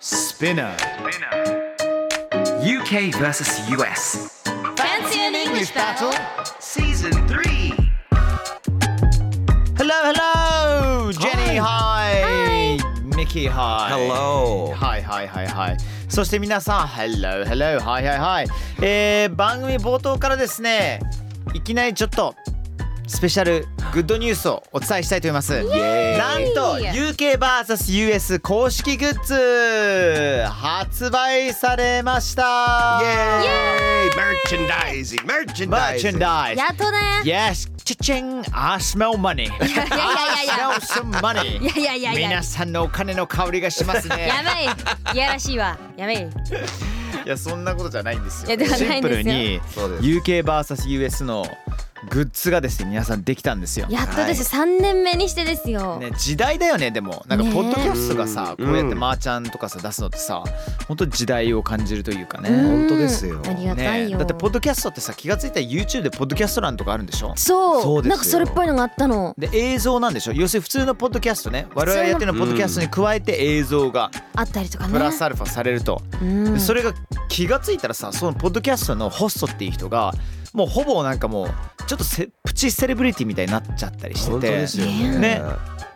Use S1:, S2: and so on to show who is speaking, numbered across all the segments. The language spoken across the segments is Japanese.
S1: Spinner.
S2: UK versus US.
S3: Fancy an English battle
S2: Season 3.
S1: Hello, hello. Jenny, hi. Mickey, hi.
S2: Hello.
S1: はいはいはいはい。そして皆さん、Hello, hello, はいはいはい。えー、番組冒頭からですね、いきなりちょっとスペシャルグッドニュースをお伝えしたいと思います。なんと UKVSUS 公式グッズ発売されました。
S4: Yay! Merchandising, merchandising.
S1: マーチェンダイズ
S5: や。っとね
S1: Yes, cha-ching, I smell money.
S5: いやいやいやい
S1: I smell some money.
S5: やいやいやいや
S1: 皆さんのお金の香りがしますね。
S5: やめいいやらしいわやめい
S1: いやそんなことじゃないんですよ。
S5: いやではないんですよ
S1: シンプルに
S4: そうです
S1: UKVSUS のグッズがですね皆さんできたんですよ。
S5: やっとです3年目にしてですよ
S1: ね、時代だよねでもなんか
S5: ねえ
S1: ポッドキャストがさ、
S4: うん
S1: こうやってマーチャンとかさ出すのってさ本当時代を感じるというかね。
S5: うん
S4: 本当ですよ
S5: ありがたい
S1: ね
S5: よ、
S1: だってポッドキャストってさ気がついたら YouTube でポッドキャスト欄とかあるんでしょ
S5: そう
S4: そうですよ
S5: なんかそれっぽいのがあったの
S1: で映像なんでしょ要するに普通のポッドキャストね我々やってるのポッドキャストに加えて映像が
S5: あったりとかね
S1: プラスアルファされると、
S5: うん、
S1: でそれが気がついたらさそのポッドキャストのホストっていう人がもうほぼなんかもうちょっとせプチセレブリティみたいになっちゃったりしてて
S4: 本当ですよね。
S1: ね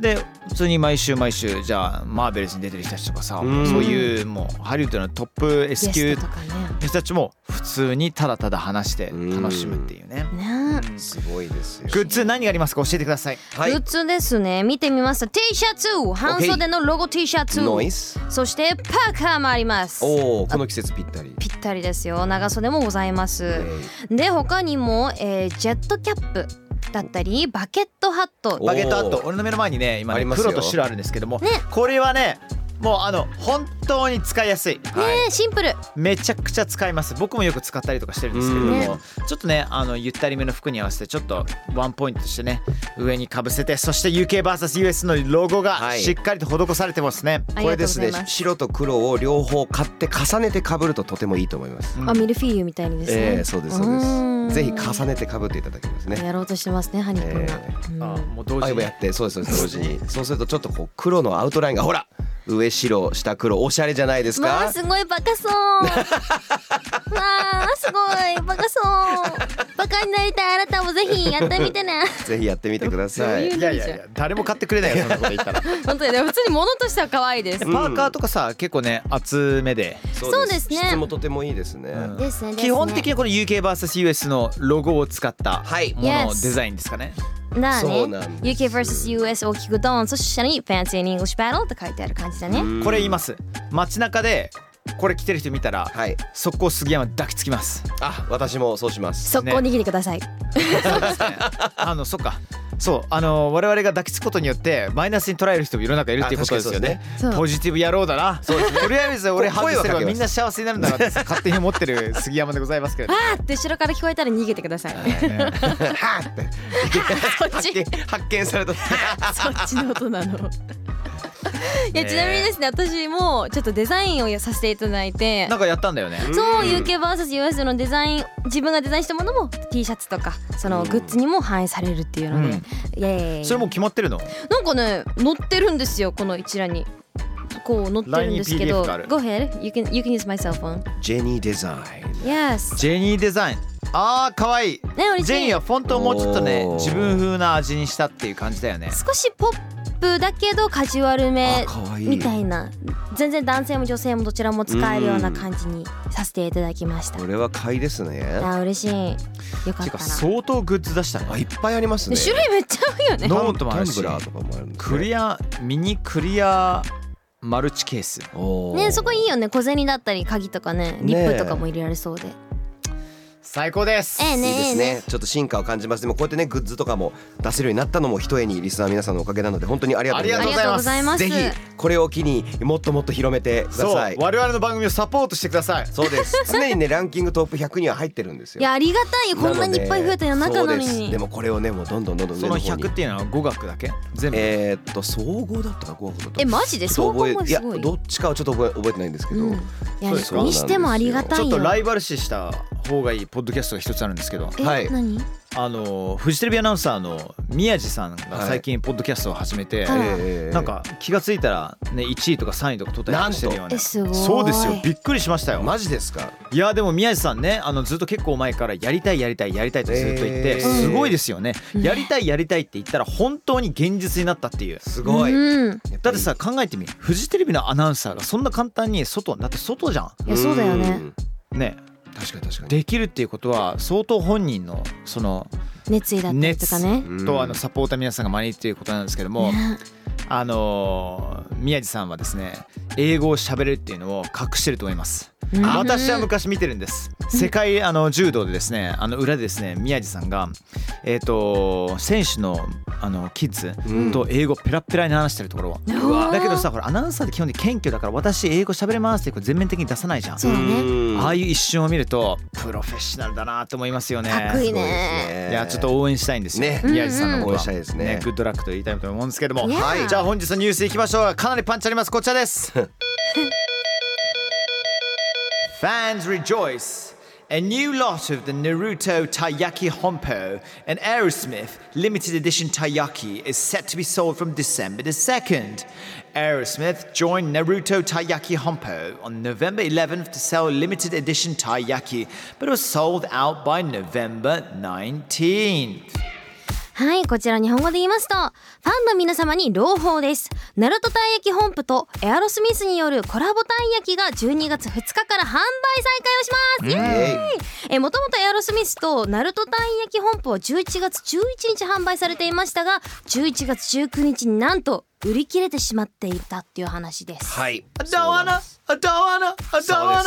S1: で普通に毎週毎週じゃあマーベルズに出てる人たちとかさ、
S4: うん
S1: そういうもうハリウッドのトップ S
S5: ゲ
S1: 級
S5: ス
S1: の
S5: トとかね
S1: 人たちも普通にただただ話して楽しむっていうね。
S5: ね
S4: すごいですよ。
S1: グッズ何がありますか教えてください。
S4: はい
S5: グッズですね見てみました T シャツ半袖のロゴ T シャツ
S4: ノイス。
S5: そしてパーカーもあります
S4: おお、この季節ぴったり。
S5: ぴったりですよ長袖もございます、
S4: え
S5: で他にも、えージェットキャップだったりバケットハット
S4: お
S1: バゲットアット俺の目の前にね今
S4: あ
S1: ね
S4: りますよ
S1: 黒と白あるんですけども、
S5: ね
S1: これはねもうあの本当に使いやすい、
S5: ねえシンプル
S1: めちゃくちゃ使います僕もよく使ったりとかしてるんですけれども、ちょっとねあのゆったりめの服に合わせてちょっとワンポイントしてね上にかぶせてそして UKVSUS のロゴが
S4: はい
S1: しっかりと施されてますね、
S5: あり
S4: こ
S5: がとう
S4: れで
S5: ご
S4: す
S5: ざ
S4: ね
S5: います
S4: 白と黒を両方買って重ねて被るととてもいいと思います、
S1: うん
S5: あミルフィーユみたいにですね、
S4: ええそうですそう
S5: うーん
S4: ですぜひ重ねて被っていただきますね
S5: やろうとしてますねハニー君が、
S4: え
S1: あ
S5: うん
S1: もう同
S4: あ
S1: 時
S4: 今
S1: に
S4: やってそうですそうです同時にそうするとちょっとこう黒のアウトラインがほら上白下黒おしゃれじゃないです
S5: ま
S4: か
S5: あすごいバカ そうわあすごいバカそうバカになりたいあなたもぜひやってみてね
S4: ぜひやってみてください
S5: どういう
S1: いやいやいや誰も買ってくれないよそんなこと言ったらパ
S5: 本当にね普通に物としては可愛いです、
S4: ん
S1: ーカーとかさ結構ね厚めで、
S4: そう
S5: そうですね
S4: 質もとてもいいですね、
S1: うん
S5: ですねですね
S1: 基本的にこの UKVSUS のロゴを使った
S4: はい
S1: もの
S5: Yes
S1: デザインですかね、
S5: なあね
S4: そうなんです
S5: UKVSUS 大きくドーンそして下に Fancy and English Battle って書いてある感じだね、
S1: これ言います街中でこれ着てる人見たら、
S4: はい
S1: 速攻杉山抱きつきます
S4: あ私もそうします
S5: 速攻握りください、
S1: そうですねあのそっかそうあの我々が抱きつくことによってマイナスに捉える人も世の中いるっていうことですよ
S5: あ確
S1: ね
S5: かにそうですねそう
S1: ポジティブ野郎だなとりあえず俺
S4: こ
S1: 外せれ
S4: 声をか
S1: ば
S4: けます
S1: みんな幸せになるんだなって勝手に思ってる杉山でございますけれど
S5: あーって後ろから聞こえたら逃げてくだ さい
S1: ね
S5: そっち
S4: 発見された
S5: そっちの音なの。いやちなみにですね私もちょっとデザインをさせていただいて
S1: なんかやったんだよね
S5: そう UKVSUS のデザイン自分がデザインしたものも T シャツとかそのグッズにも反映されるっていうので、イエーイ
S1: それもう決まってるの
S5: なんかね載ってるんですよこの一覧にこう載ってるんですけど
S1: LINE に PDF がある
S5: Go ahead you can, you can use my cell phone
S4: ジェニーデザイン
S5: Yes
S1: ジェニーデザインあーかわいい
S5: ね嬉しい
S1: ジェニーはフォントをもうちょっとね
S4: おー
S1: 自分風な味にしたっていう感じだよね
S5: 少しポップだけどカジュアルめ
S4: あ可愛い
S5: みたいな全然男性も女性もどちらも使えるような感じにさせていただきました
S4: これは買いですね
S5: あー嬉しいよかってたな
S1: か相当グッズ出したね
S4: あいっぱいありますね
S5: 種類めっちゃ多いよ ね
S1: の
S4: タ
S1: ノ
S4: ン
S1: ートもあ
S4: タ
S1: る
S4: ン
S1: し
S4: ブラーとかもあるんですね
S1: クリアミニクリアマルチケース
S4: おー
S5: ねそこいいよね小銭だったり鍵とかねリップとかも入れられそうで、
S1: 最高です。
S5: ええね
S4: いいですねちょっと進化を感じますでもこうやってねグッズとかも出せるようになったのも一重にリスナー皆さんのおかげなので本当にありがとうござい
S5: あ
S4: ま
S5: り
S4: す
S5: がとうございます。
S4: ぜひこれを機にもっともっと広めてくだ
S1: そう
S4: さい
S1: 我々の番組をサポートしてください。
S4: そう です常にねランキングトップ100には入ってるんですよ
S5: いやありがたいよこんなにいっぱい増えた夜中なの
S4: そうです
S5: に
S4: で。もこれをねもうどんどんどんどん上
S1: そ
S4: の
S1: の
S4: 方に
S1: 100っていうのは語学だけ全部。
S4: えーっと総合だったか合格だったか
S5: えマジで
S4: ちょ
S5: そう
S4: っと
S5: 考え
S4: 覚えい
S5: す
S4: や
S5: ごい。
S4: どっちかはちょっと覚え覚えてないんですけど、
S5: うんいや
S1: そうですか
S5: にしてもありがた
S1: ちょ
S5: い
S1: っ
S5: よ。
S1: とライバル視した方がいいポッドキャストが一つあるんですけど、
S5: え、
S4: はい
S5: 何？は
S1: あのフジテレビアナウンサーの宮地さんが最近ポッドキャストを始めて、
S5: はい
S4: えー
S1: なんか気がついたらね1位とか3位とか取ったりとかしてるよう
S5: なんと
S1: な。
S5: えすごい
S1: そうですよ。びっくりしましたよ。
S4: マジですか
S1: いやでも宮地さんねあのずっと結構前からやりたいやりたいやりたいとずっと言って、
S4: えー
S1: すごいですよね、
S5: うん
S1: やりたいやりたいって言ったら本当に現実になったっていう
S4: すごい、
S5: うん。
S4: やぱり
S1: だってさ考えてみフジテレビのアナウンサーがそんな簡単に外だって外じゃ
S5: いやそうだよね。
S4: ん
S1: んね
S4: 確かに確かに
S1: できるっていうことは相当本人のその
S5: 熱意だったりとかね。
S4: うん
S1: とあのサポーター皆さんが招いていうことなんですけども、
S5: ね
S1: あのー宮地さんはですね英語を喋れるっていうのを隠してると思います。
S5: うん
S1: 私は昔見てるんです世界あの柔道でですねあの裏でですね宮地さんが、えー、と選手のあのキッズ
S4: うん
S1: と英語ペラペラに話してるところを、
S5: うわ
S1: だけどさほらアナウンサーって基本的に謙虚だから私英語喋れますってこう全面的に出さないじゃん、
S5: そうだね。
S4: うん
S1: ああいう一瞬を見るとプロフェッショナルだなと思いますよね
S5: かっこいいね。
S1: いやちょっと応援したいんですよ、
S4: ね
S1: 宮地さんのこ
S4: 応
S1: とは
S4: 援したいですね
S1: グッドラックと言いたいと思うんですけども、
S5: いやー
S1: はいじゃあ本日のニュースいきましょうかなりパンチありますこちらです Fans rejoice A new lot of the Naruto Taiyaki Honpo, an Aerosmith limited edition Taiyaki, is set to be sold from December the 2nd. Aerosmith joined Naruto Taiyaki Honpo on November 11th to sell limited edition Taiyaki, but it was sold out by November 19th.
S5: はい、こちら日本語で言いますと、ファンの皆様に朗報です。ナルトたい焼き本部とエアロスミスによるコラボたい焼きが12月2日から販売再開をします。イエーイえ、もともとエアロスミスとナルトたい焼き本部は11月11日販売されていましたが、11月19日になんと売り切れてしまっていたっていう話です。
S4: はい
S1: どうな、どうな、
S4: そう
S1: どうな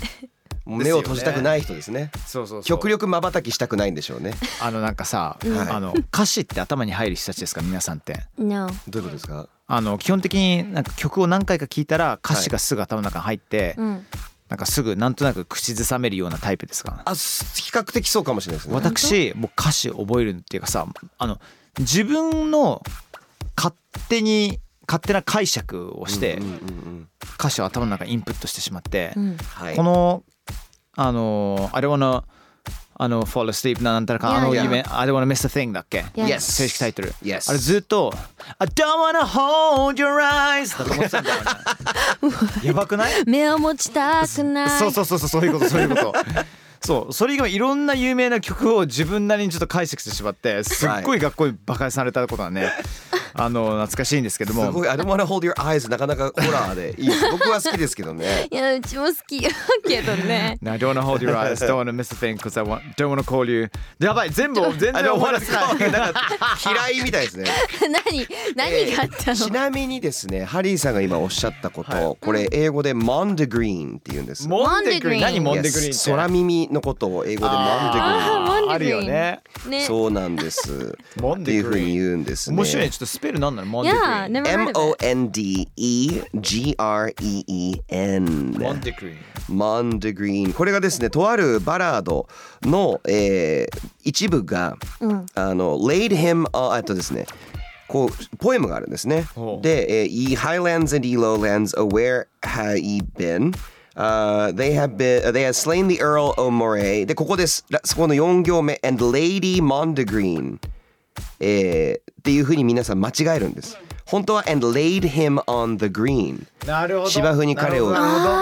S4: で。す目を閉じたくない人ですね
S1: そうそうそう
S4: 極力まばたきしたくないんでしょうね
S1: あのなんかさ、あの歌詞って頭に入る人たちですか皆さんって。
S5: No.
S4: どういうことですか
S1: あの基本的になんか曲を何回か聞いたら歌詞がすぐ頭の中に入って、
S5: うん。
S1: なんかすぐなんとなく口ずさめるようなタイプですか。
S4: あす比較的そうかもしれないですね
S1: 私もう歌詞覚えるっていうかさあの自分の勝手に勝手な解釈をして、
S4: うんうんうん
S1: 歌詞を頭の中にインプットしてしまって、
S5: うん。
S4: はい
S1: このあの I don't wanna あの fall asleep ななんたらかんあの
S5: Yeah, yeah.
S1: 夢 I don't wanna miss a thing だっけ
S5: Yes.
S1: 正式タイトル
S4: Yes.
S1: あれずっと I don't wanna hold your eyes だと思ってたんだよねやばくない
S5: 目を持ちたくない。
S1: そうそうそうそうそういうことそういうことそうそれ以外いろんな有名な曲を自分なりにちょっと解釈してしまってすっごい学校に馬鹿にされたことはね、あの懐かしいんですけど
S4: す
S1: も。
S4: ごい「I don't wanna hold your eyes」なかなかホラーでいいです僕は好きですけど ね
S5: いや、うちも好きやけどね
S1: Now, I don't wanna hold your eyes, don't wanna miss a thing, cause I want, don't wanna call you. やばい、全部、全然
S4: あでも
S1: 終わら
S4: 笑
S1: せない。
S4: ってなんか嫌いみたいですね
S5: 何、何があったの
S4: ちなみにですねハリーさんが今おっしゃったこと、これ英語でモンデグリーンって言うんです
S1: モンデグリーン。何モン
S4: Yes
S1: デグリーンって。
S4: 空耳のことを英語でモンデグリーン
S5: あー
S1: あるよね。
S5: ね。
S4: そうなんです。
S1: モンデグ
S4: ってい
S1: リーン
S4: うふうに言うんですね。
S1: 面白いね、ちょっとスペルなんなのモンデグリ
S5: Yeah,
S1: ーン。
S5: never heard
S4: M
S5: of
S4: O
S5: it.
S4: N D E G R E E
S1: モン
S4: N
S1: デグリーン。
S4: モンデグリーンこれがですねとあるバラードの、えー一部が、
S5: うん
S4: あの laid him on あえっとですねこうポエムがあるんですね
S1: ほう
S4: で、えー Ye highlands and ye lowlands oh where have ye been Uh, they have been, they have slain the Earl O'Moray. で、ここです。らそこの4行目、and Lady Mondegreen。えー、っていうふうに皆さん間違えるんです。本当は and laid him on the green
S1: なるほど。
S4: 芝生に彼を
S1: なるほどなるほど
S5: あ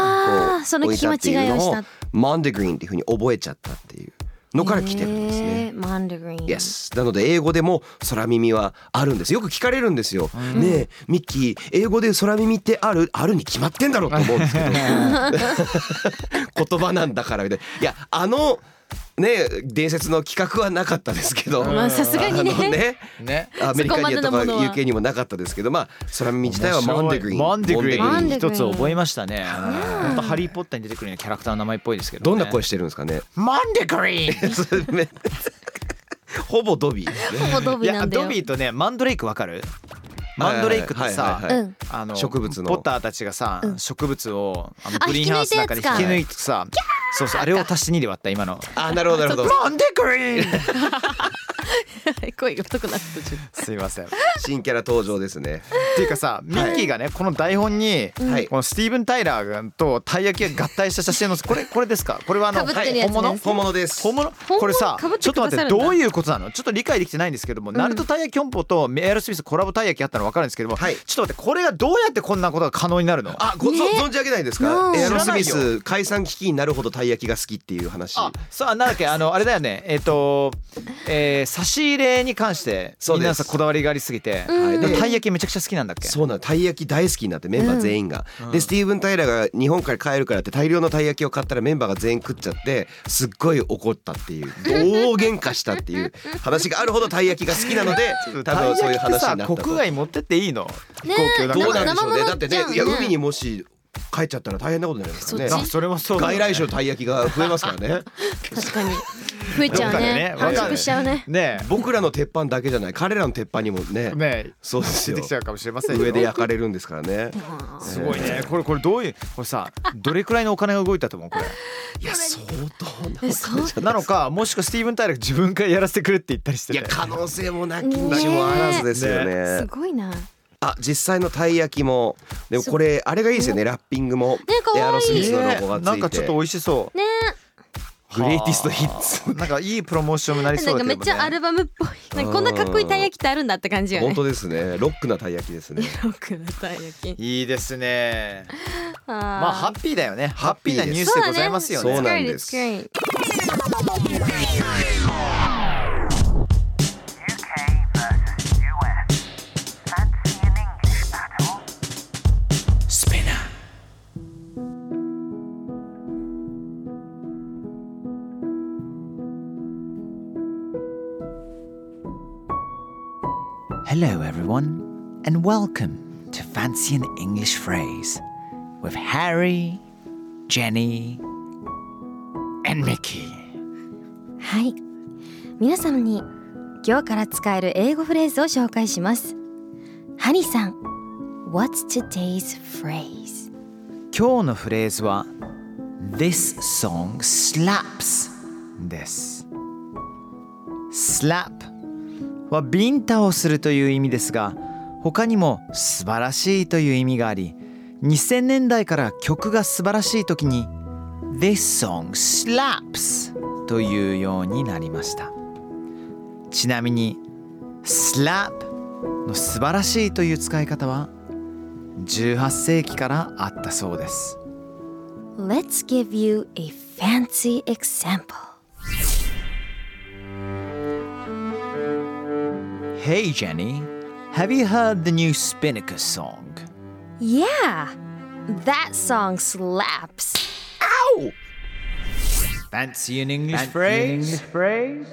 S4: こ
S5: あ、
S4: う
S5: その聞き間違いをした。
S4: モンデグリーンっていうふうに覚えちゃったっていうのから来てるんですね。
S5: えー。マンデグリーン。
S4: Yes、なので英語でも空耳はあるんですよく聞かれるんですよ、ねえミッキー英語で空耳ってあるあるに決まってん だろうと思うんですけど言葉なんだからみたいないやあのね伝説の企画はなかったですけど、
S1: まあ
S5: さすがにね
S4: あのね
S1: ね
S4: アメリカにやと
S5: そこ
S4: か
S5: までのものは
S4: UK にもなかったですけどまあ空耳自体はマンデグリーン
S1: マンデグリ
S5: モ
S1: ー
S5: ンデ
S1: ン
S5: グリーン
S1: 一つ覚えましたねほんとハリー・ポッターに出てくるようなキャラクターの名前っぽいですけど、ね、
S4: どんな声してるんですかね
S1: マンデグリーン
S4: ほぼドビー
S5: ほぼド
S1: い
S5: ビな
S1: や
S5: んだよ
S1: ドビーとねマンドレイクわかるマンドレイクって
S4: はいはい
S1: さ
S4: はい
S5: うん
S1: あの
S4: 植物の
S1: ポッターたちがさ、植物をあの
S5: あ
S1: グリーンハウスの中で
S5: 引き
S1: 引き
S5: 抜
S1: 抜いてさそうそうあれを足して2で割った今の
S4: あなるほどなるほど
S1: マンデグリーン
S5: 声が太くなった
S1: すいません
S4: 新キャラ登場ですね
S1: っていうかさミッキーがねこの台本に、
S4: はい
S1: このスティーブン・タイラーとたい焼きが合体した写真のこれこれですかこれはあの
S5: 被って
S1: は
S5: る
S1: い
S5: やつ
S1: 本
S5: ね
S1: 物
S4: 本物です
S1: 本物
S5: 物
S1: これさ
S5: 被ってくださるんだ
S1: ちょっと待ってどういうことなのちょっと理解できてないんですけども、ナルトたい焼き本舗とエアロスミスコラボたい焼きあったの分かるんですけども、
S4: はい
S1: ちょっと待ってこれがどうやってこんなことが可能になるの
S4: あご、
S5: ね
S4: ぞ存じ上げないです
S5: う
S4: か
S5: ん
S4: エアロスミ
S1: 知らない
S4: ス解散危機になるほどたい焼きが好きっていう話
S1: あそうあなんだっけあのあれだよねえっ、と、えー差し入れに関して
S4: そう
S1: み
S4: です
S1: んなさこだわりがありすぎて、
S4: はいで
S1: でもたい焼きめちゃくちゃ好きなんだっけ
S4: そうなのたい焼き大好きになってメンバー全員が、でスティーブン・タイラーが日本から帰るからって大量のたい焼きを買ったらメンバーが全員食っちゃってすっごい怒ったっていう大喧嘩したっていう話があるほどたい焼きが好きなので多分 そういう話になった
S1: たい焼きってさ
S4: と
S1: 国外持ってっていいの
S5: ね
S1: 飛行機の中
S4: どう
S1: で
S4: なんでしょうね
S5: 生
S4: だって
S5: 生
S4: ね
S5: 物
S4: い
S5: じゃ
S4: や
S5: んね
S4: 海にもし帰っちゃったら大変なことになりますから
S5: そっ
S4: ね
S5: ち
S1: それもそうだよね
S4: 外来種のたい焼きが増えますからね
S5: 確かに増えちゃうね
S1: どっかでね
S5: 繁殖しちゃうね
S1: ね
S4: 僕らの鉄板だけじゃない彼らの鉄板にもね
S1: えね
S4: そうです
S1: え出
S4: よ
S1: てきちゃうかもしれませんよ
S4: 上で焼かれるんですからね
S1: すごいねこれこれどういうこれさどれくらいのお金が動いたと思うこ れ
S4: いや相当な
S5: えそう
S1: なのかもしくはスティーブン・タイラーが自分からやらせてくれって言ったりして
S4: い
S1: て
S4: や可能性もなき
S5: ね
S4: にしもあらずですよね
S5: すごいな
S4: あ実際のたい焼きもでもこれあれがいいですよねラッピングも、
S5: 可愛い
S4: エアロスミスの
S1: ね
S4: ロゴがついて、
S1: なんかちょっと美味しそう
S5: ね
S4: グレイティストヒッツ
S1: なんかいいプロモーションになり
S5: なん
S1: そう
S5: か
S1: だ
S5: め
S1: け
S5: っ
S1: ど
S5: ちゃアルバムっぽいなんかこんなかっこいいたい焼きってあるんだって感じよね
S4: 本当ですねロックなたい焼きですね
S5: ロックのたい焼き
S1: いいですね
S5: あ
S1: まあハ
S5: あ
S1: ッピーだよねハ
S4: ハッ
S1: ッピ
S4: ピ
S1: ー
S4: ー
S1: な
S4: です
S1: ニュースでございますよね
S4: そうなんです
S5: 近い近い
S1: Hello, everyone, and welcome to Fancy an English Phrase with Harry, Jenny, and Mickey.
S5: はい皆様に今日から使える英語フレーズを紹介しますハリーさん What's today's phrase?
S1: 今日のフレーズは This song slaps です。slap はビンタをするという意味ですが他にも素晴らしいという意味があり2000年代から曲が素晴らしい時に This song slaps というようになりましたちなみに slap の素晴らしいという使い方は18世紀からあったそうです
S5: Let's give you a fancy example
S1: Hey Jenny, have you heard the new Spinnaker song?
S5: Yeah That song slaps
S1: Fancy an English phrase? phrase?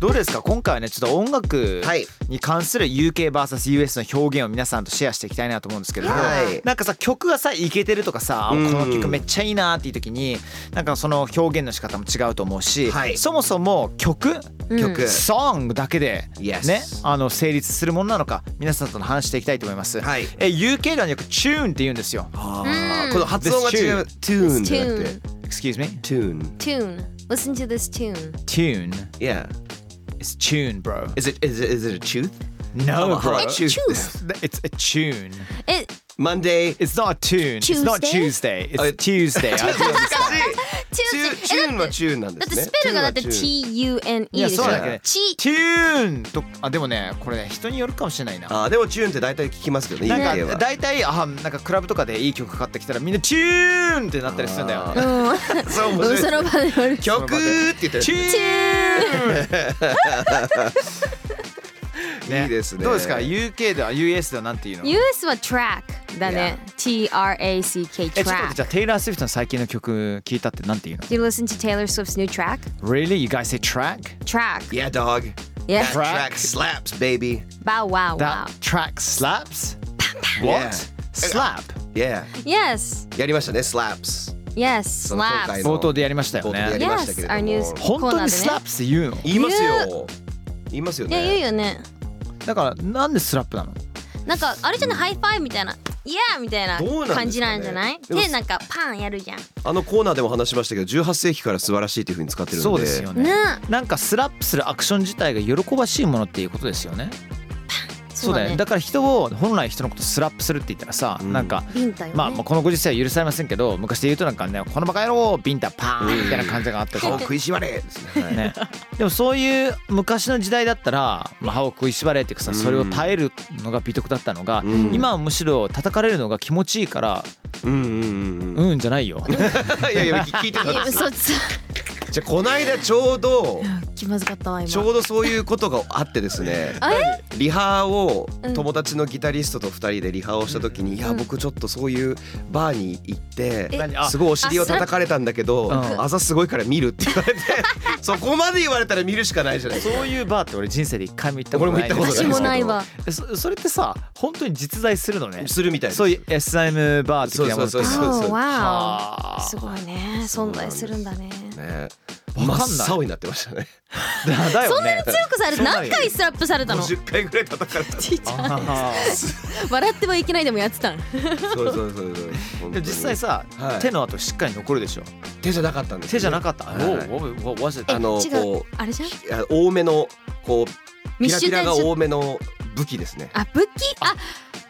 S1: どうですか今回はねちょっと音楽
S4: はい
S1: に関する UKVSUS の表現を皆さんとシェアしていきたいなと思うんですけれども、
S4: はい
S1: なんかさ曲がさイケてるとかさ、あ
S4: うん
S1: この曲めっちゃいいなっていう時になんかその表現の仕方も違うと思うし、
S4: はい
S1: そもそも曲
S4: 曲、
S1: ソングだけで、
S4: Yes
S1: ね、あの成立するものなのか皆さんとの話していきたいと思います、
S4: はい
S1: え UK ではよくチューンって言うんですよ
S4: あーこの発音が違う
S5: This
S4: tune じゃなくて
S1: Excuse me?
S4: tune
S5: Tune Listen to this tune
S1: Tune
S4: yeah
S1: is tune bro
S4: is it is it, is it a tooth
S1: No
S4: how
S1: bro
S4: about
S5: It's
S4: Tune.
S5: tooth
S1: It's a tune
S5: え
S4: Monday
S1: It's not a tune It's not
S5: Tuesday?
S1: Tuesday It's a Tuesday
S4: チュ
S5: Tune
S4: チューンはチューンなんで
S5: だって
S4: すね
S5: スペルがだって
S4: Tune は
S5: T-U-N-E
S1: いや
S5: でしょ
S1: そうだけどね
S5: T
S1: Tune とあでもねこれね人によるかもしれないな
S4: あーでもチューンって大体聞きますけどね
S1: なん
S4: UK
S1: か
S4: は
S1: 大体あなんかクラブとかでいい曲かかってきたらみんなチューンってなったりするんだよ
S4: あ
S1: そう
S5: うんその場で言われる
S4: 曲って言って
S1: チ
S4: る
S1: ューン
S4: いいですね
S1: どうですか UK では US ではなんていうの
S5: US は track だね T-R-A-C-K
S1: えちょっと待ってじ
S5: track
S1: ゃあテイラー・スウィフトの最近の曲聞いたってなんていうの
S5: Do you listen to Taylor Swift's new track?
S1: Really? You guys say track?
S5: Track
S4: Yeah, dog.
S5: Yeah
S4: That track slaps, baby.
S5: Bow wow wow
S1: That track slaps?
S4: Yeah.
S1: What? Slap?
S4: Yeah.
S5: Yes
S4: やりましたね、slaps。
S5: Yes
S4: その今回
S5: slaps
S4: の
S1: 冒頭でやりましたよ
S4: 冒頭でや
S1: ね
S4: り。ましたけ
S5: Yes
S4: れど
S5: our
S4: も。
S5: news コ
S1: 本
S5: ー
S1: 当
S5: ナ
S1: に
S5: ー
S1: ス
S5: で
S1: ラ
S5: ね
S1: ップス言うの
S4: 言いますよ。言いますよ
S5: いや言う
S4: ね。
S5: よね
S1: だからなんでスラップなの
S5: なんかあれじゃないハイファイブみたいな「イエー!」みたいな
S4: どうなんですかね
S5: 感じなんじゃない
S4: でも
S5: 手なんかパンやるじゃん
S4: あのコーナーでも話しましたけど、18世紀から素晴らしいというふうに使ってるんで。
S1: そうですよね
S5: ね。
S1: なんかスラップするアクション自体が喜ばしいものっていうことですよね。そうだよね。だから人を本来人のことスラップするって言ったらさ、
S4: うん
S1: なんか。
S5: ビンタよね
S1: まあ、まあこのご時世は許されませんけど昔で言うとなんかねこのバカ野郎ビンタパーンみたいな感じがあったけ
S4: 顔
S1: ど、
S4: 食いしばれですね。はい
S1: ね、でもそういう昔の時代だったら、まあ、歯を食いしばれっていうかさそれを耐えるのが美徳だったのが、
S4: うん
S1: 今はむしろ叩かれるのが気持ちいいから
S4: うんうんうんうん。
S1: うんじゃないよ。
S4: いやいや、聞いてたん
S5: いや
S4: ですよ
S5: 嘘つ
S4: じゃあこの間ちょうど
S5: 気まずかったわ今
S4: ちょうどそういうことがあってですね
S5: あ
S4: リハを友達のギタリストと2人でリハをした時に、いや僕ちょっとそういうバーに行って
S1: 何あ
S4: すごいお尻を叩かれたんだけど
S1: あそれ
S4: あざすごいから見るって言われてそこまで言われたら見るしかないじゃないですか。
S1: そういうバーって俺人生で一回も行ったことない
S4: 俺も行ったこと
S5: 私もないわ
S1: えそそれってさ本当に実在するのね
S4: するみたいです
S1: そういう SM バー的なもの
S4: そうそうそうそう
S5: Oh, wow
S1: あ
S5: すごいね存在するんだね
S4: ね
S1: わかん
S4: 真
S1: ない
S4: っ青になってましたね。
S1: ーだだよね
S5: 強くされて何回スラップされたの
S4: 50回ぐらい叩かれた。
S5: ちいちゃん
S1: あ
S5: 笑ってはいけないでもやってたん
S4: そうそうそうそう。
S1: ー
S4: 本当
S1: でも
S4: に
S1: 実際さ、
S4: はい
S1: 手の跡しっかり残るでしょ
S4: 手じゃなかったんです、
S1: 手じゃなかった、
S4: はい
S1: Whoa, whoa, what was it?
S4: あの
S5: 違う
S4: こ
S5: あれじゃん
S4: うあ多めのこうピ
S5: 密
S4: ラ
S5: 集
S4: ピ
S5: 隊
S4: ラ
S5: で
S4: が
S5: しょ
S4: 多めの武器ですね。
S5: あ武器あ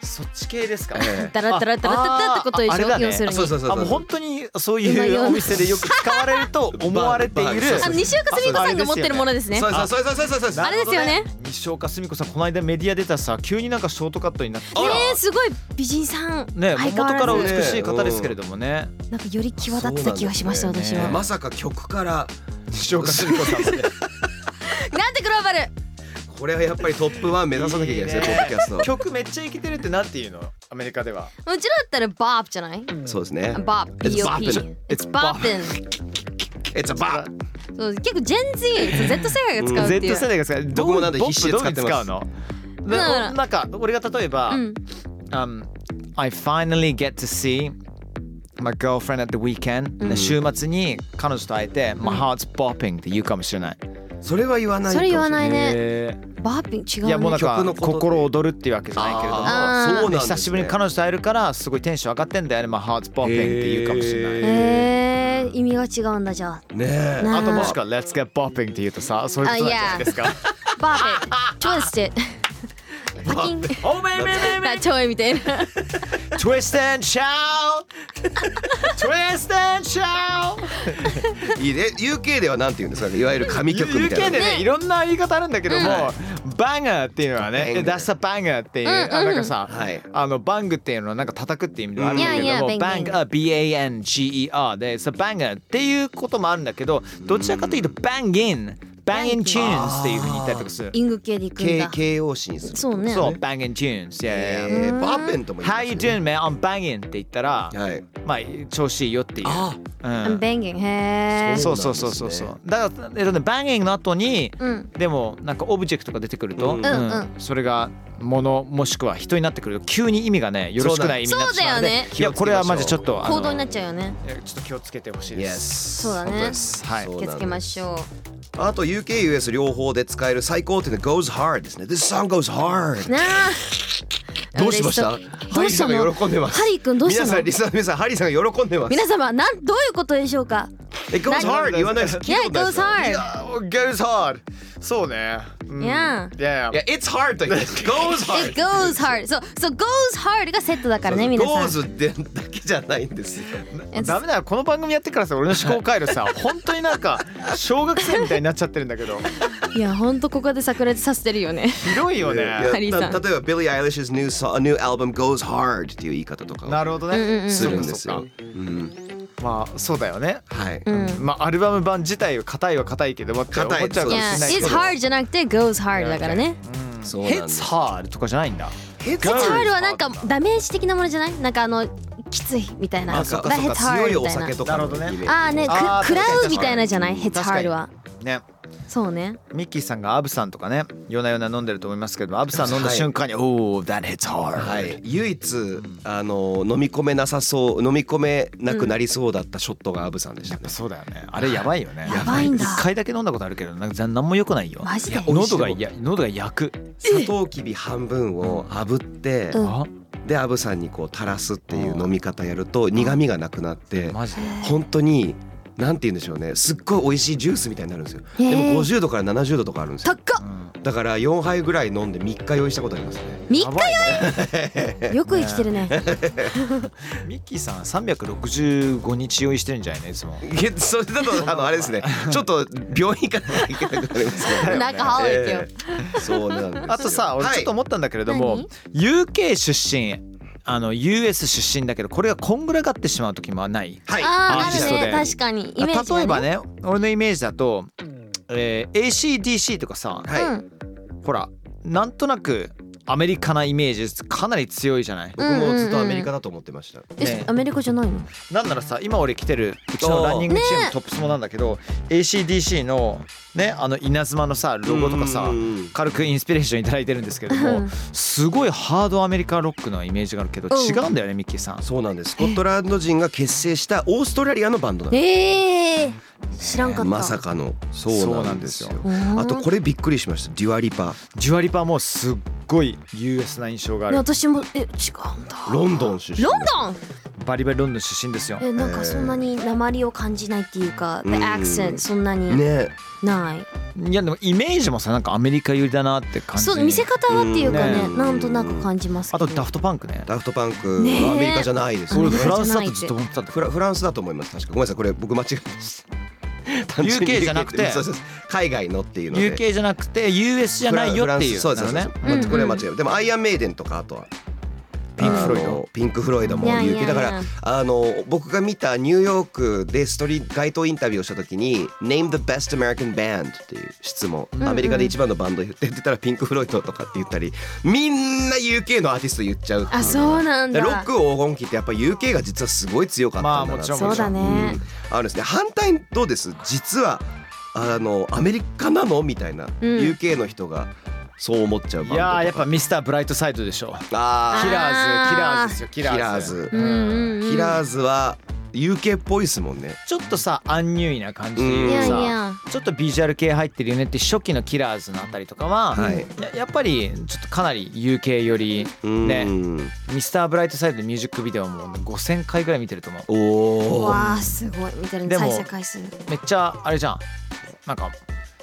S1: そっち系ですか
S4: ええ
S5: ダラダラダラダラってことで
S1: ああ
S5: し
S1: れ
S5: ょ
S1: だね
S5: 要する
S4: あ
S5: に
S4: そうそうそうそう
S1: あもう本当にそう
S5: うまい
S1: いう
S5: よ
S1: お店でよく使われると思われてい
S4: バー
S1: る
S4: バー
S5: あの西岡澄子さんが持ってるものですね
S4: そうそうそうそうそうそうそう。
S5: あれですよね
S1: 西岡澄子さんこの間メディア出たさ急になんかショートカットになって
S5: ねえすごい美人さん
S1: ね
S5: 相変
S1: 元
S5: わ
S1: から
S5: らず
S1: 美しい方ですけれどもね
S5: なんかより際立ってた気がしました
S4: そうなん
S5: 私
S1: だよ
S5: は
S1: ね
S4: まさか曲から
S1: 西岡澄子さんもね
S5: なんてグローバル
S4: これはやっぱりトップワン目指さなきゃいけないですね、ポッドキャスト。
S1: 曲めっちゃイケてるってなんていうのアメリカでは
S5: うちらだったらバープじゃない
S4: そうですね。
S5: バープ
S4: It's
S5: B-O-P
S4: bopping.
S5: It's bopping
S4: It's a bop!
S5: そう結構ジェン Z Z 世代が使うってい
S1: Z
S5: う
S1: 世代が使う
S4: 僕もなんで
S1: どう
S4: 必死で使ってます
S1: どういうふうに使うの
S5: だか
S1: な
S5: ら
S1: なんか俺が例えば、
S5: うん
S1: um, I finally get to see my girlfriend at the weekend、週末に彼女と会えて、my heart's bopping って言うかもしれない、
S4: それは言わない。
S5: それ言わないいね
S1: へ
S5: バーピン違う
S1: ーいやもう
S5: ね
S1: なんか
S4: 曲のことで
S1: 心躍るっていうわけじゃないけれども
S4: あ
S5: あー
S4: ーそうなん
S1: で
S4: です、ね、
S1: 久しぶりに彼女と会えるからすごいテンション上がってんだよね、まあ、ハーツポッピングって言うかもしれない。
S5: えー、意味が違うんだじゃあ
S4: ねえ
S5: な
S1: あともしくは Let's get popping って言うとさ、そういうことなんじゃないですか。
S5: バーピン Twist it パキン
S1: おめめめ
S5: ダチョイみたいな
S1: Twist and shout! Twist and shout!
S4: いいね UK ではなんて言うんですかいわゆる神曲み
S1: UK
S4: た
S1: で
S4: いな。
S1: ね、いろんな言い方あるんだけども、バンガーっていうのはね、
S4: Banger
S1: That's a banger っていう、あなんかさ、
S4: はい
S1: あのバングっていうのはなんか叩くっていう意味ではあるんだけども、
S5: うん Yeah, yeah, banging
S1: バングは B-A-N-G-E-R で、It's a banger っていうこともあるんだけど、どちらかというと banging、banging tunes っていうふうに言ったりとかする。
S5: イング系で行くん
S4: K
S5: だ
S4: K 用詞にする。
S5: そうね
S1: そう、banging tunes。
S4: え
S1: Yeah, yeah,
S4: ー、バーペンとも
S1: yeah.
S4: 言います
S1: How you
S4: よ
S1: doing, man? I'm banging って言ったら、
S4: はい。
S1: まあ調子いいよっていう。うん
S5: I'm banging へー
S1: そうそうそうそうそ
S4: そ
S1: う、
S4: うなん
S1: だからえっとねバンギングの後に、
S5: うん
S1: でもなんかオブジェクトが出てくると、
S4: うん
S5: うん
S1: それが物もしくは人になってくると急に意味がねよろしくない意味になってしまうので
S5: そうだよね
S1: いやこれはマジちょっとあの
S5: 行動になっちゃうよね
S1: いやちょっと気をつけてほしいで
S4: Yes。
S1: す
S5: そうだね
S4: 本当です
S1: はい
S4: そ
S5: 気
S4: う
S5: を
S4: な
S5: つ
S4: ん
S5: け
S4: で
S5: ますしょ
S4: あと UK、US 両方で使える最高点の Goes Hard ですね。This song goes
S5: う
S4: hard!
S5: なあ
S4: どうしました
S5: 嬉しそう
S4: ハリーさん
S5: どう
S4: が
S5: した
S4: 喜
S5: の
S4: んでます。
S5: ハリー君どうしたの
S4: 皆さん、リスナーの皆さん、ハリーさんが喜んでます。
S5: 皆様なんどういうことでしょうか
S4: It goes
S5: 何
S4: hard! 言わないです。聞い
S5: Yeah,
S4: たこ
S5: it
S4: とない
S5: goes
S4: です
S5: hard
S4: よ
S1: ゴー hard そうね、うん、
S5: Yeah
S1: いやい
S4: いや、It's hard と言ってます。Goes
S5: It
S4: hard!
S5: goes hard そうそう goes hard がセットだからね皆さん
S4: Goes でだけじゃないんですよ。
S1: やダメだよこの番組やってからさ俺の思考回 路さ本当になんか小学生みたいになっちゃってるんだけど
S5: いやほんとここで炸裂させてるよね
S1: 広いよね
S4: いや
S5: ハリーさん
S4: た例えば Billie Eilish's new, song, new album Goes Hard っていう言い方とか
S1: な
S4: を
S1: るほどね、
S4: するんですよ。
S1: まあそうだよね
S4: はい。
S1: まあアルバム版自体は硬いは硬いけどもって思っちゃうかもし
S5: いや
S1: れない
S5: It's
S1: けど
S5: hard じゃなくて goes hard だからね
S4: そうなんで
S1: Hits
S4: す。
S1: hard とかじゃないんだ
S5: ヒッ
S4: Hits hits hard
S5: ツハールはなんかダメージ的なものじゃないなんかあのきついみたいな
S4: あそっか
S5: だ
S4: そっか
S5: ヘッツハー
S4: 強い
S5: ルみ
S4: お
S5: たいな
S4: 酒とかのイメージ
S5: ああねく
S1: あー
S5: 食ら
S1: 確か
S5: う
S1: に
S5: みたいなじゃないヘッツハールは
S1: ね
S5: そうね
S1: ミッキーさんがアブさんとかね夜な夜な飲んでると思いますけどアブさん飲んだ瞬間に「おー that hits hard」
S4: はい、唯一あの飲み込めなさそう飲み込めなくなりそうだったショットがアブさんでした
S1: やっ
S4: ね
S1: ぱ。そうだよねあれやばいよね
S5: やばいんだ
S1: 一回だけ飲んだことあるけどなんか何も良くないよ
S5: マジで
S4: 美味しい
S1: 喉がいや喉が焼く
S4: サトウキビ半分を炙って、
S5: うん
S1: あ
S4: でアブさんにこう垂らすっていう飲み方やると苦味がなくなって、
S1: マジで
S4: 本当になんて言うんでしょうねすっごい美味しいジュースみたいになるんですよ。でも
S5: へー
S4: 50度から70度とかあるんです
S5: 高
S4: よ
S5: っ。
S1: うん
S4: だから4杯ぐらい飲んで3日用意したことありますね。
S5: 3
S1: やばいね
S5: 日よく生きてるね
S1: ミッキーさん365日用意してるんじゃないのいつ も
S4: いやそれだ とあのあれですねちょっと病院行かなきゃいけなくな りますね。
S5: なんかハワイ行けよ
S4: ええそうなんですよ
S1: あとさ俺ちょっと思ったんだけれども、
S5: 何
S1: UK 出身あの US 出身だけどこれがこんぐらいがってしまう時もない
S4: はい、はい、
S5: あ
S1: アーテ
S5: ー
S1: ィス
S5: あ
S1: ト
S5: る
S1: で
S5: ね確かにイメージが
S1: 例えばね俺のイメージだと、えー ACDC とかさ
S5: う
S4: はい
S5: ん
S1: ほらなんとなくアメリカなイメージかなり強いじゃない、
S4: 僕もずっとアメリカだと思ってました。
S5: え
S1: ね
S5: アメリカじゃないの
S1: なんならさ今俺来てるうちのランニングチームのトップスもなんだけど、ACDC のねあの稲妻のさロゴとかさ
S4: うんうんうん
S1: 軽くインスピレーションいただいてるんですけれど
S5: う
S1: も
S5: ん
S1: すごいハードアメリカロックのイメージがあるけど
S5: うん
S1: 違うんだよねミッキーさん。
S4: そうなんです。スコットランド人が結成したオーストラリアのバンドなんで
S5: ええ知らんか
S4: す。
S5: った
S4: まさかのそうなんですよ
S1: そ
S5: う
S1: う。
S5: ん
S4: あとこれびっくりしました。デュアリパ、
S1: ジュアリパもすっごい US な印象があ
S5: ね
S1: る
S5: 私もえ違うんだ
S4: ロンドン出身。
S5: ロンドン
S1: バリバリロンドン出身ですよ。
S5: えなんかそんなに鉛を感じないっていうか、
S4: うん
S5: the accent そんなに
S4: ね、
S5: ない、
S1: いやでもイメージもさなんかアメリカ寄りだなって感じ
S5: そう見せ方はっていうかね
S4: うんね
S5: なんとなく感じます
S1: あ
S5: けど
S1: とダフトパンクね。
S4: ダフトパンク
S5: ねえ
S4: はアメリカじゃないです
S1: 俺
S4: よ
S5: あ
S4: ね。
S5: の
S1: フランスだとずっと思ってたんだけ
S4: フ
S1: ど
S4: ラフランスだと思います。確かごめんなさい。これ僕間違えました。単純に
S1: UK じゃなくて
S4: そうそうそう海外のっていうので。
S1: UK じゃなくて US じゃないよってい
S4: フラ
S1: う。
S4: ンスそうですね
S1: なるほど。
S5: うんうん
S4: まあこれは間違いない。でもアイアンメイデンとかあとは。
S1: ピンクフロイド
S4: あのピンク・フロイドも
S5: いやいやい
S4: UK
S5: や
S4: だからあの僕が見たニューヨークでストリ街頭インタビューをした時に「Name the best American band」っていう質問アメリカで一番のバンド言ってって言ったらピンク・フロイドとかって言ったりみんな UK のアーティスト言っちゃうってい
S5: あそうなんだ
S4: ロック黄金期ってやっぱ UK が実はすごい強かったんだなって
S1: まあもちろんもちろん
S5: そうだね、
S4: あるんですね反対どうです実はあのアメリカなのみたいな、UK の人がそう思っちゃうバンドとか
S1: いやーやっぱミスターブライトサイドでしょ。
S4: あ
S1: キ
S4: ー
S1: ラーズキラー
S5: あー
S1: ズですよ
S4: キラーズ
S1: キラーズ。
S5: うんうんうん
S4: キラーズは UK っぽいですもんね
S1: ちょっとさアンニュイな感じでいう
S5: い
S1: か
S5: やい
S1: さ
S5: や
S1: ちょっとビジュアル系入ってるよねって初期のキラーズのあたりとかは、
S4: はい
S1: ややっぱりちょっとかなり UK よりね、
S4: うん
S1: ミスターブライトサイドのミュージックビデオも5000回ぐらい見てると思う
S4: おお
S5: わあすごいみたい
S1: で
S5: な
S1: も
S5: 再生回数
S1: めっちゃあれじゃんなんか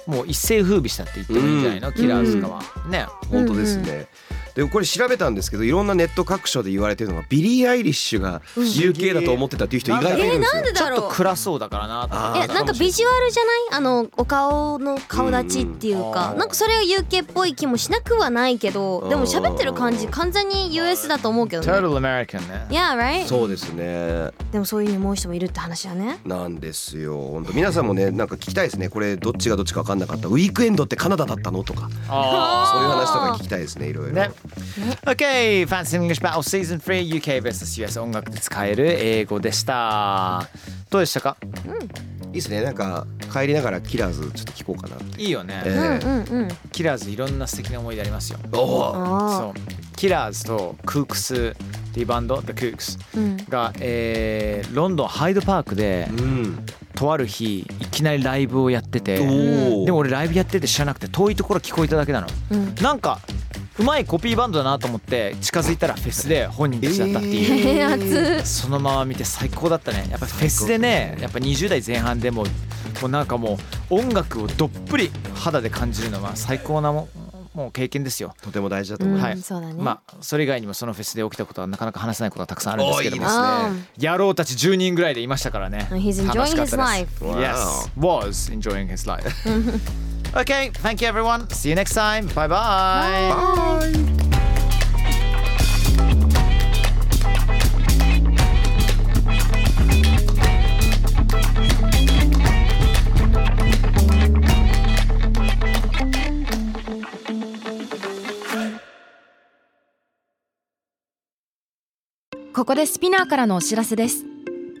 S1: もう一世風靡したって言ってもいいんじゃないの、キラーズとかは、ね
S4: 本当ですね、でこれ調べたんですけどいろんなネット各所で言われてるのがビリー・アイリッシュが UK だと思ってたっていう人意外といるんですよ、
S5: なんで
S1: ちょ
S5: だ
S1: っと
S5: ろう
S1: 暗そうだからな
S4: あー
S5: えなんかビジュアルじゃないあのお顔の顔立ちっていう
S1: うん
S5: か、
S1: うん
S5: なんかそれは UK っぽい気もしなくはないけどでも喋ってる感じ完全に US だと思うけどね
S1: Total American ね
S5: Yeah right
S4: そうですね
S5: でもそういうふうに思う人もいるって話だね
S4: なんですよ本当皆さんもねなんか聞きたいですねこれどっちがどっちか分かんなかったウィークエンドってカナダだったのとか
S1: あ
S4: そういう話とか聞きたいですねいろいろ、
S1: ね OK Fancy English Battle Season 3UK vs US 音楽で使える英語でしたどうでしたか
S4: いいですねなんか帰りながらキラーズちょっと聞こうかな、
S1: いいよね、
S4: え
S5: うん
S4: ー
S5: うんうん
S1: キラーズいろんな素敵な思い出ありますよ
S4: お
S5: あ
S1: そうキラーズとクークスリバンド The Cooks
S5: あうん
S1: が、えーロンドンハイドパークで
S4: ーうん
S1: とある日いきなりライブをやってて
S4: おお
S1: でも俺ライブやってて知らなくて遠いところ聞こえただけなの
S5: うん
S1: なんかうまいコピーバンドだなと思って近づいたらフェスで本人たちだったっていう、
S5: えー 熱
S1: そのまま見て最高だったねやっぱフェスでねやっぱ20代前半でももうなんかもう音楽をどっぷり肌で感じるのは最高なももう経験ですよ
S4: とても大事だと
S5: う
S4: 思い
S5: ん、
S4: ます、
S1: はい
S5: そうだね、
S1: まあそれ以外にもそのフェスで起きたことはなかなか話せないことはたくさんあるんで
S4: お
S1: す
S4: ーい
S1: け
S4: い
S1: ど
S4: です
S1: も
S4: ね
S5: あ
S1: 野郎たち10人ぐらいでいましたからね
S5: He's enjoying
S1: 楽しかったで
S5: his
S1: す
S5: life.
S4: Wow.
S1: Yes was enjoying his life Okay thank you everyone see you next time bye bye
S3: ここでスピナーからのお知らせです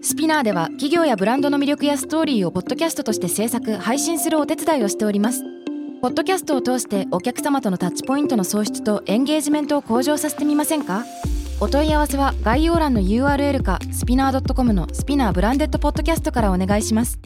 S3: スピナーでは企業やブランドの魅力やストーリーをポッドキャストとして制作配信するお手伝いをしておりますポッドキャストを通してお客様とのタッチポイントの創出とエンゲージメントを向上させてみませんかお問い合わせは概要欄の URL かスピナー .com のスピナーブランデッドポッドキャストからお願いします